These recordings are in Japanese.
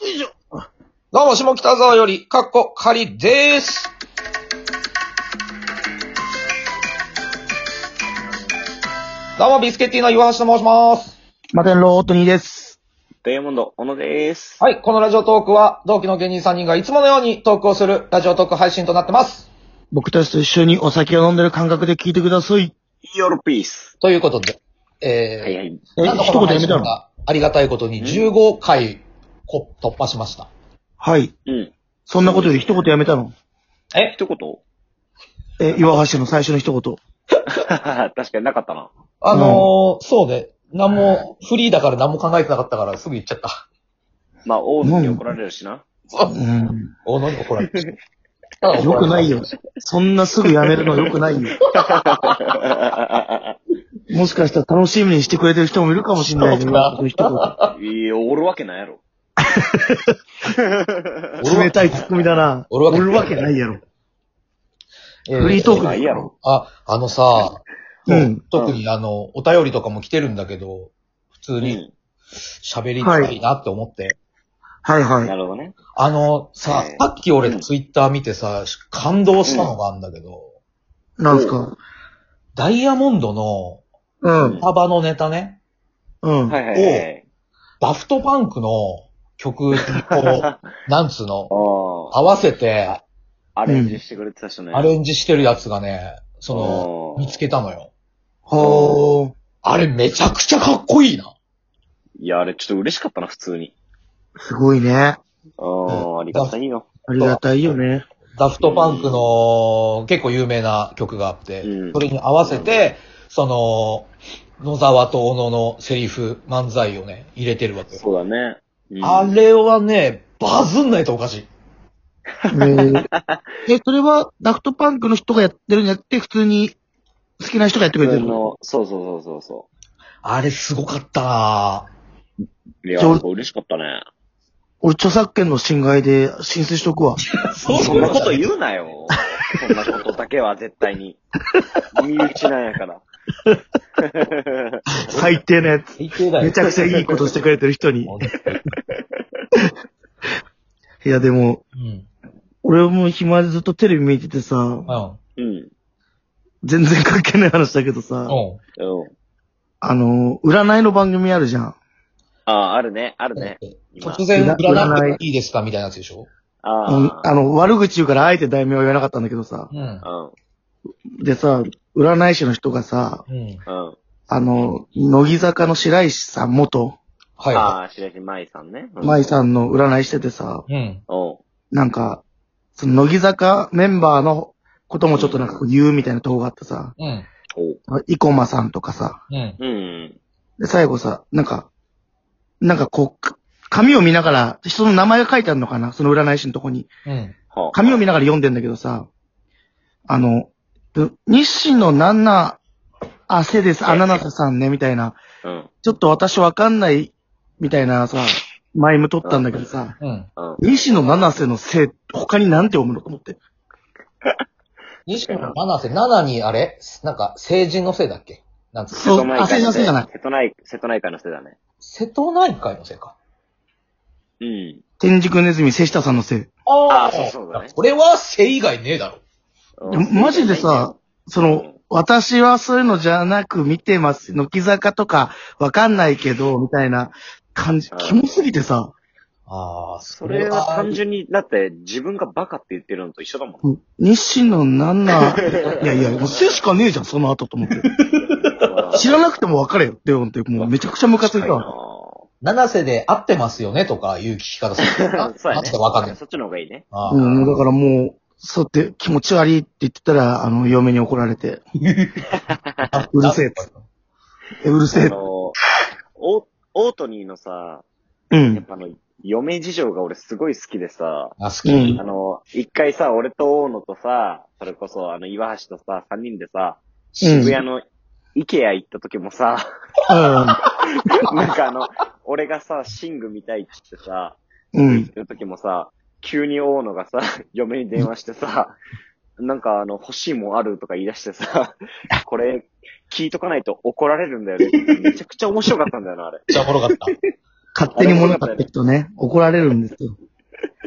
よいしょ。どうも、下北沢より、かっこ、かりでーす。どうも、ビスケッティの岩橋と申します。マテンロートニーです。ダイヤモンド、小野です。はい、このラジオトークは、同期の芸人3人がいつものようにトークをするラジオトーク配信となってます。僕たちと一緒にお酒を飲んでる感覚で聞いてください。ヨロピース。ということで、えー、はいはい。え、なんと一この配言やめ信たのがありがたいことに15回こ突破しました。はい。うん。そんなことより一言やめたのえ一言え、岩橋の最初の一言。確かになかったな。あのーそうね、何も、フリーだから何も考えてなかったからすぐ言っちゃ った。まあ、大津に怒られるしな。うん。大野に怒ら れて。ただ怒られたよくないよ。そんなすぐやめるのよくないよ。 もしかしたら楽しみにしてくれてる人もいるかもしれないけそど、うか僕の一いや、おるわけないやろ。言。冷たいツッコミだな。おるわけおるわけないやろ。えフリートークなでいやろ。あ、あのさ、うん特にあの、お便りとかも来てるんだけど、普通うにん。喋りたいなって思って。はいは。ないるほどね。あの、さえ、えさっき俺ツイッター見てさ、感動したのがあるんだけど、なんすかダイヤモンドのうん。タバのネタね、うん。はいはいはい。ダフトパンクの曲にこ あう、なんつうの、あ。合わせてアレンジしてくれてた人ね。アレンジしてるやつがね、その、おー見つけたのよ。ほー。あれめちゃくちゃかっこいいな。いや、あれちょっと嬉しかったな、普通に。すごいね。うん、ありがたいよ。ありがたいよね。ダフトパンクの結構有名な曲があって、うんそれに合わせて、その、野沢と小野のセリフ、漫才をね、入れてるわけよ。そうだね。うんあれはね、バズんないとおかしい。えーえ、それは、ダフトパンクの人がやってるんじゃなくて、普通に好きな人がやってくれて自る分の。の、そうそうそうそうそあれすごかったなぁう。いや、じゃあなんか嬉しかったね。俺、著作権の侵害で申請しとくわ。そそんなことう言うなよ。そんなことだけは絶対に。身内なんやから。最低なやつ。最低だめよち。ゃくちゃいいことしてくれてる人に。いや、でも、うん。うん。俺も暇でずっとテレビ見ててさ、うん。うん。全然関係ない話だけどうん。さ、うん。あの、占いの番組あるじゃん。ああ、あるね、あるね。今突然占占っていいですかみたいなやつでしょうんああの、悪口言うからあえて題名は言わなかったんだけどさ。うん。あ。でさ、占い師の人がさ、うん。うん。うん。あの、乃木坂の白石さん元、はいあはあ、白石舞さんね。うん舞さんの占いしててさ、い。うん。うん。なんか、その乃木坂メンバーのこともちょっとなんかこう言うみたいなとこがあってさ、うん。お生駒さんとかさ、うん。うん。で、最後さ、なんか、なんかこうか、紙を見ながら、人の名前が書いてあるのかなその占い師のとこに。うん。はあ。紙を見ながら読んでんだけどさ、あの、日清のなんな、あ、せです、アナナサさんね、みたいな。うん。ちょっと私わかんない、みたいなさ、マイム撮ったんだけどさ、うん。うん。西野七瀬のせい、他になんて読むのと思って。西野七瀬、七にあれなんか、成人のせいだっけなんつうのそう、あ、瀬せい戸のせいじゃない。内っ海瀬戸内、瀬戸内海のせいだね。瀬戸内海のせいか。うん。天竺ネズミ、瀬下さんのせい。ああーそうそうだねこれはせ以外ねえだろ。うんマジでさ、、その、私はそういうのじゃなく見てます。乃木坂とか、わかんないけど、みたいな感じう、んキモすぎてさ、ああ、そそれは単純に、だって自分がバカって言ってるのと一緒だもん。日清のなん な、いやいや、もうせしかねえじゃん、その後と思って。知らなくてもわかれよ、デオンって。もうめちゃくちゃムカついたわ。あ七瀬で合ってますよねとかいう聞き方する。 あ。そうやなんねつうかわかんない。そっちの方がいいね。あうーん、もうだからもう、そうやって気持ち悪いって言ってたら、あの、嫁に怒られて。 うるせえっつってえ、うるせあえ。の、オオートニーのさ、うやっん。ぱあの、嫁事情が俺すごい好きでさ、あ、好うき。んあの、一回さ、俺と大野とさ、それこそあの、岩橋とさ、三人でさ、渋谷の、イケア行った時もさ、 なんかあの、俺がさ、シング見たいって言ってさ、うん。う言っん。てる時もさ、急に大野がさ、嫁に電話してさ、なんかあの、欲しいもんあるとか言い出してさ、これ、聞いとかないと怒られるんだよね。めちゃくちゃ面白かったんだよな、あれ。めっちゃおもろかった。勝手に物買っていくとね、怒られるん ですよ。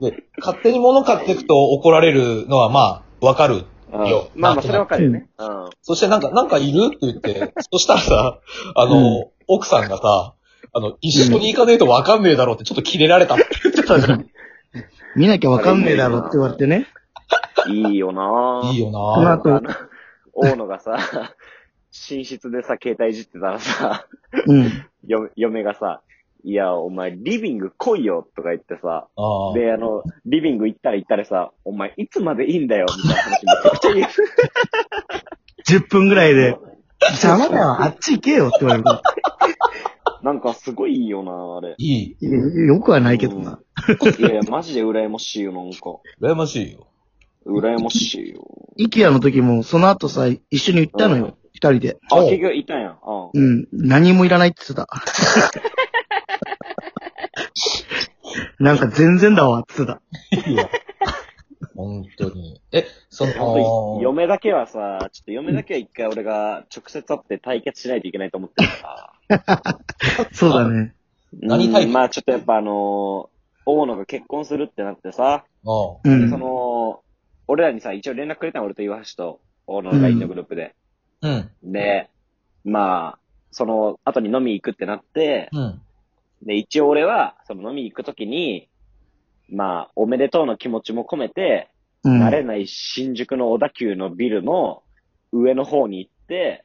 で、勝手に物買っていくと怒られるのはまあ、わかるうんよまあまあ、それはわかるよね。うん。そしてなんか、なんかいるって言って、そしたらさ、あの、う奥さんがさ、あの、一緒に行かねえとわかんねえだろうってちょっとキレられ たって言ってたじゃん。見なきゃわかんねえだろって言われてね。いいよなぁいいよそのなぁ。後あ、の、大野がさ、寝室でさ、携帯いじってたらさ、うん。よ嫁がさ、いや、お前、リビング来いよとか言ってさ、ああで、あの、リビング行ったら行ったらさ、お前、いつまでいいんだよみたいな話めちゃくちゃ言う。 10分ぐらいで、邪魔だよ、あっち行けよって言われる。なんか、すごいいいよなぁあ れ。いい。いやよくはないけどな。いやいや、マジで羨ましいよ、なんか。羨ましいよ。羨ましいよ。イケアの時も、その後さ、一緒に行ったのうんよ。二人で。あ、おう結局いたんや。うん。うん。何もいらないって言ってた。 なんか全然だわ、って言ってた。いいわ。 本当に。え、そ本当の、嫁だけはさ、ちょっと嫁だけは一回俺が直接会って対決しないといけないと思ってるから。そうだね。何対決うんまあちょっとやっぱあのー大野が結婚するってなってさ、ううでそん。の、俺らにさ、一応連絡くれたの俺と岩橋と大野の LINE のグループで。ん。うん。で、まあ、その後に飲み行くってなって、うん。で、一応俺は、その飲み行くときに、まあ、おめでとうの気持ちも込めて、うん。慣れない新宿の小田急のビルの上の方に行って、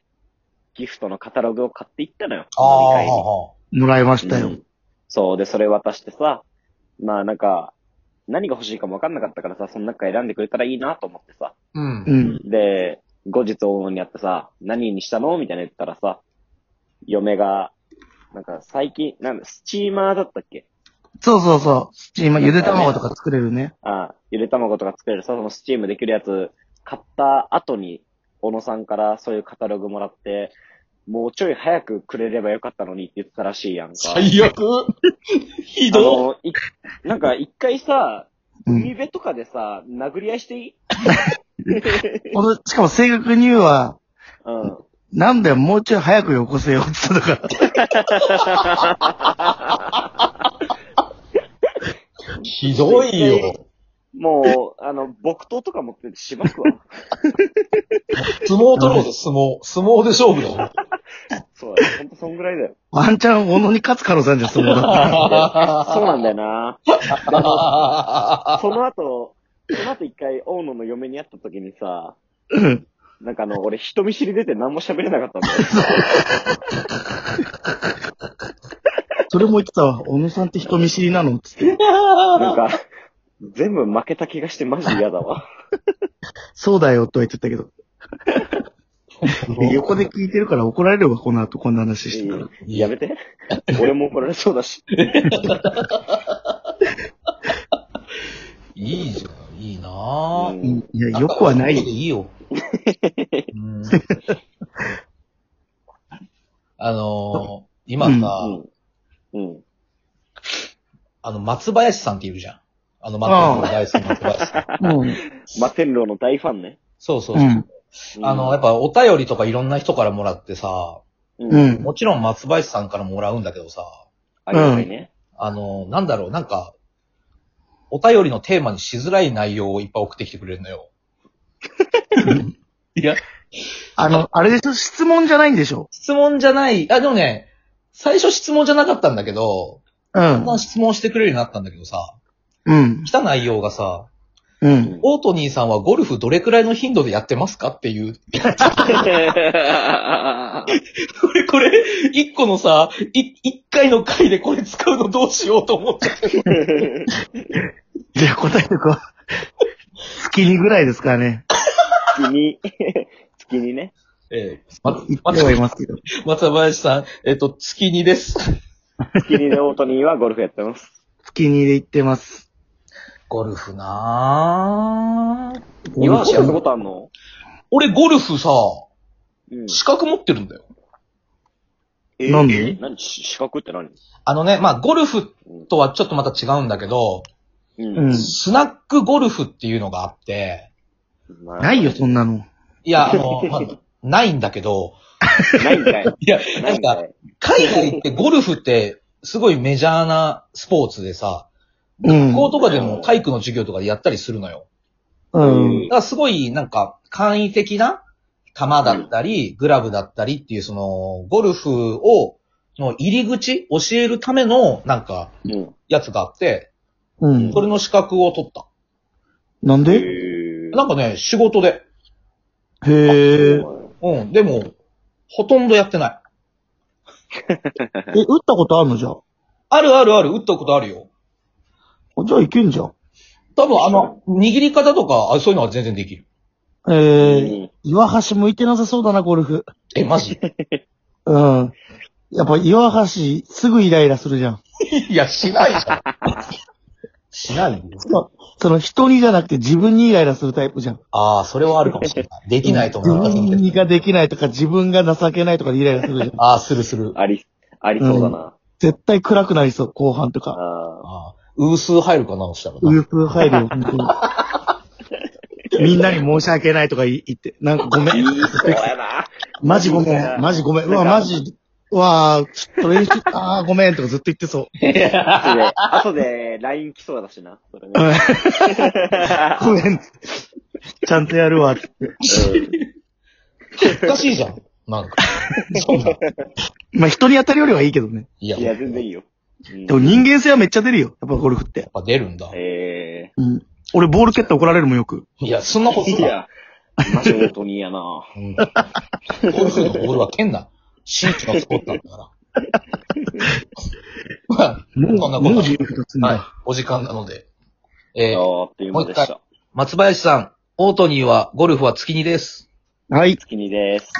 ギフトのカタログを買っていったのよ。ああ、飲み会にああもらいましたよ。うんそう。で、それ渡してさ、まあなんか、何が欲しいかもわかんなかったからさ、その中選んでくれたらいいなと思ってさ。うん。ううんん。で、後日大野に会ってさ、何にしたのみたいな言ったらさ、嫁が、なんか最近、なんだ、スチーマーだったっけそうそうそう。スチーム、ゆで卵とか作れるね。ああゆで卵とか作れる、そのスチームできるやつ、買った後に、小野さんからそういうカタログもらって、もうちょい早くくれればよかったのにって言ってたらしいやんか。最悪ひあどいの、いなんか一回さ、うん海辺とかでさ、殴り合いしていい この、しかも正確には、うん。なんだよ、もうちょい早くよこせよって言ってた から。ひどいよ。もう、あの、木刀とか持っててし ばくわ。相撲取ろうぜ、相撲。相撲で勝負 だよ。そうだね。ほんとそんぐらいだ よ。ワンチャン、小野に勝つ可能性あるじゃん、そのそうなんだよな。あその後、その後一回、大野の嫁に会った時にさ、うん。なんかあの、俺人見知り出て何も喋れなかったんだよ。 それも言ってたわ。小野さんって人見知りなのってって。なんか、全部負けた気がしてマジ嫌だわ。そうだよ、とは言ってたけど。 で横で聞いてるから怒られるわ、この後、こんな話してたら。いいやめて。俺も怒られそう だし。いいじゃん、いいなぁ。うんいや、よくはないいよ。いよ。うんあのー、今さ、うん。うん。あの、松林さんっているじゃん。あの、松林さん、大好きな松林さん。うん。摩天楼の大ファンね。そうそううそう、ん。あの、やっぱお便りとかいろんな人からもらってさ、う。うんん。もちろん松林さんからもらうんだけどさ、ありがたいね。あの、なんだろう、なんか、お便りのテーマにしづらい内容をいっぱい送ってきてくれるの よ。いや、あの、あれでしょ質問じゃないんでしょ質問じゃない、あ、でもね、最初質問じゃなかったんだけど、うだんんだ。ん質問してくれるようになったんだけどさ、うん。来た内容がさ、うん。オートニーさんはゴルフどれくらいの頻度でやってますかっていう。これこれ、一個のさ、い一回の回でこれ使うのどうしようと思っちゃって。じゃあ答えてこう。 月にぐらいですからね。月に、月にね。えー、ま、言ってはいま、ますけど。松林さん、えっ、と、月2です。月にでオートニーはゴルフやってます。月にで行ってます。ゴルフなぁ。岩橋やったことあんの俺ゴルフさ、うん。資格持ってるんだよ。えなんで何し資格って何あのね、まあ、ゴルフとはちょっとまた違うんだけど、うんうん。スナックゴルフっていうのがあって、まあないよ、そんなの。いや、あの、まあ、ないんだけど、ないんかい。いや、なないんんかか、い。海外ってゴルフって、すごいメジャーなスポーツでさ、うん。学校とかでも体育の授業とかでやったりするのよ。うんだ。からすごい、なんか、簡易的な球だったり、グラブだったりっていう、その、ゴルフを、の入り口、教えるための、なんか、うん。やつがあって、うんそ。れの資格を取った。なんえでなんかね、仕事で。へえ。うん、でも、ほとんどやってない。え、打ったことあるのじゃあ。あるあるある、打ったことあるよ。じゃあいけんじゃん。多分あの、握り方とか、あそういうのは全然できる。ええ。ー。岩橋向いてなさそうだな、ゴルフ。え、マジうん。やっぱ岩橋、すぐイライラするじゃん。いや、しないじゃん。しないよ。その人にじゃなくて自分にイライラするタイプじゃん。ああ、それはあるかもしれない。できないと思う。自分ができないとか自分が情けないとかでイライラするじゃん。ああ、するする。あり、ありそうだな。絶対暗くなりそう、後半とか。ああ。ああ、ウースー入るかな、そしたらな。ウープ入るよ、本当に。 みんなに申し訳ないとか言言って、なんかごめいいん。そうやな。マジごめん。マジごめん。うわ、マジ。うわちょっと練習、あ ーごめんとかずっと言って そう。後で、後で、LINE 来そうだしな。それね。ごめん。ちゃんとやるわって。おかしいじゃん。なんか。そう なん。まあ人に当たるよりはいいけどね。いうんや、やいや、っ全然いいよ。うんでも人間性はめっちゃ出るよ。やっぱゴルフって。ぱ出るんだ。えうん。俺ボール蹴って怒られるもんよく。いや、そんなことえないい。や、マジ本当に嫌な。うん。ゴルフのボールは蹴んな。シーチが作ったんだから。 まあ、もう、そんなもこうとは自由二つんはいだ。。お時間なので。えー、ああ、っていうものでした。松林さん、オートニーはゴルフは月にです。はい。月にです。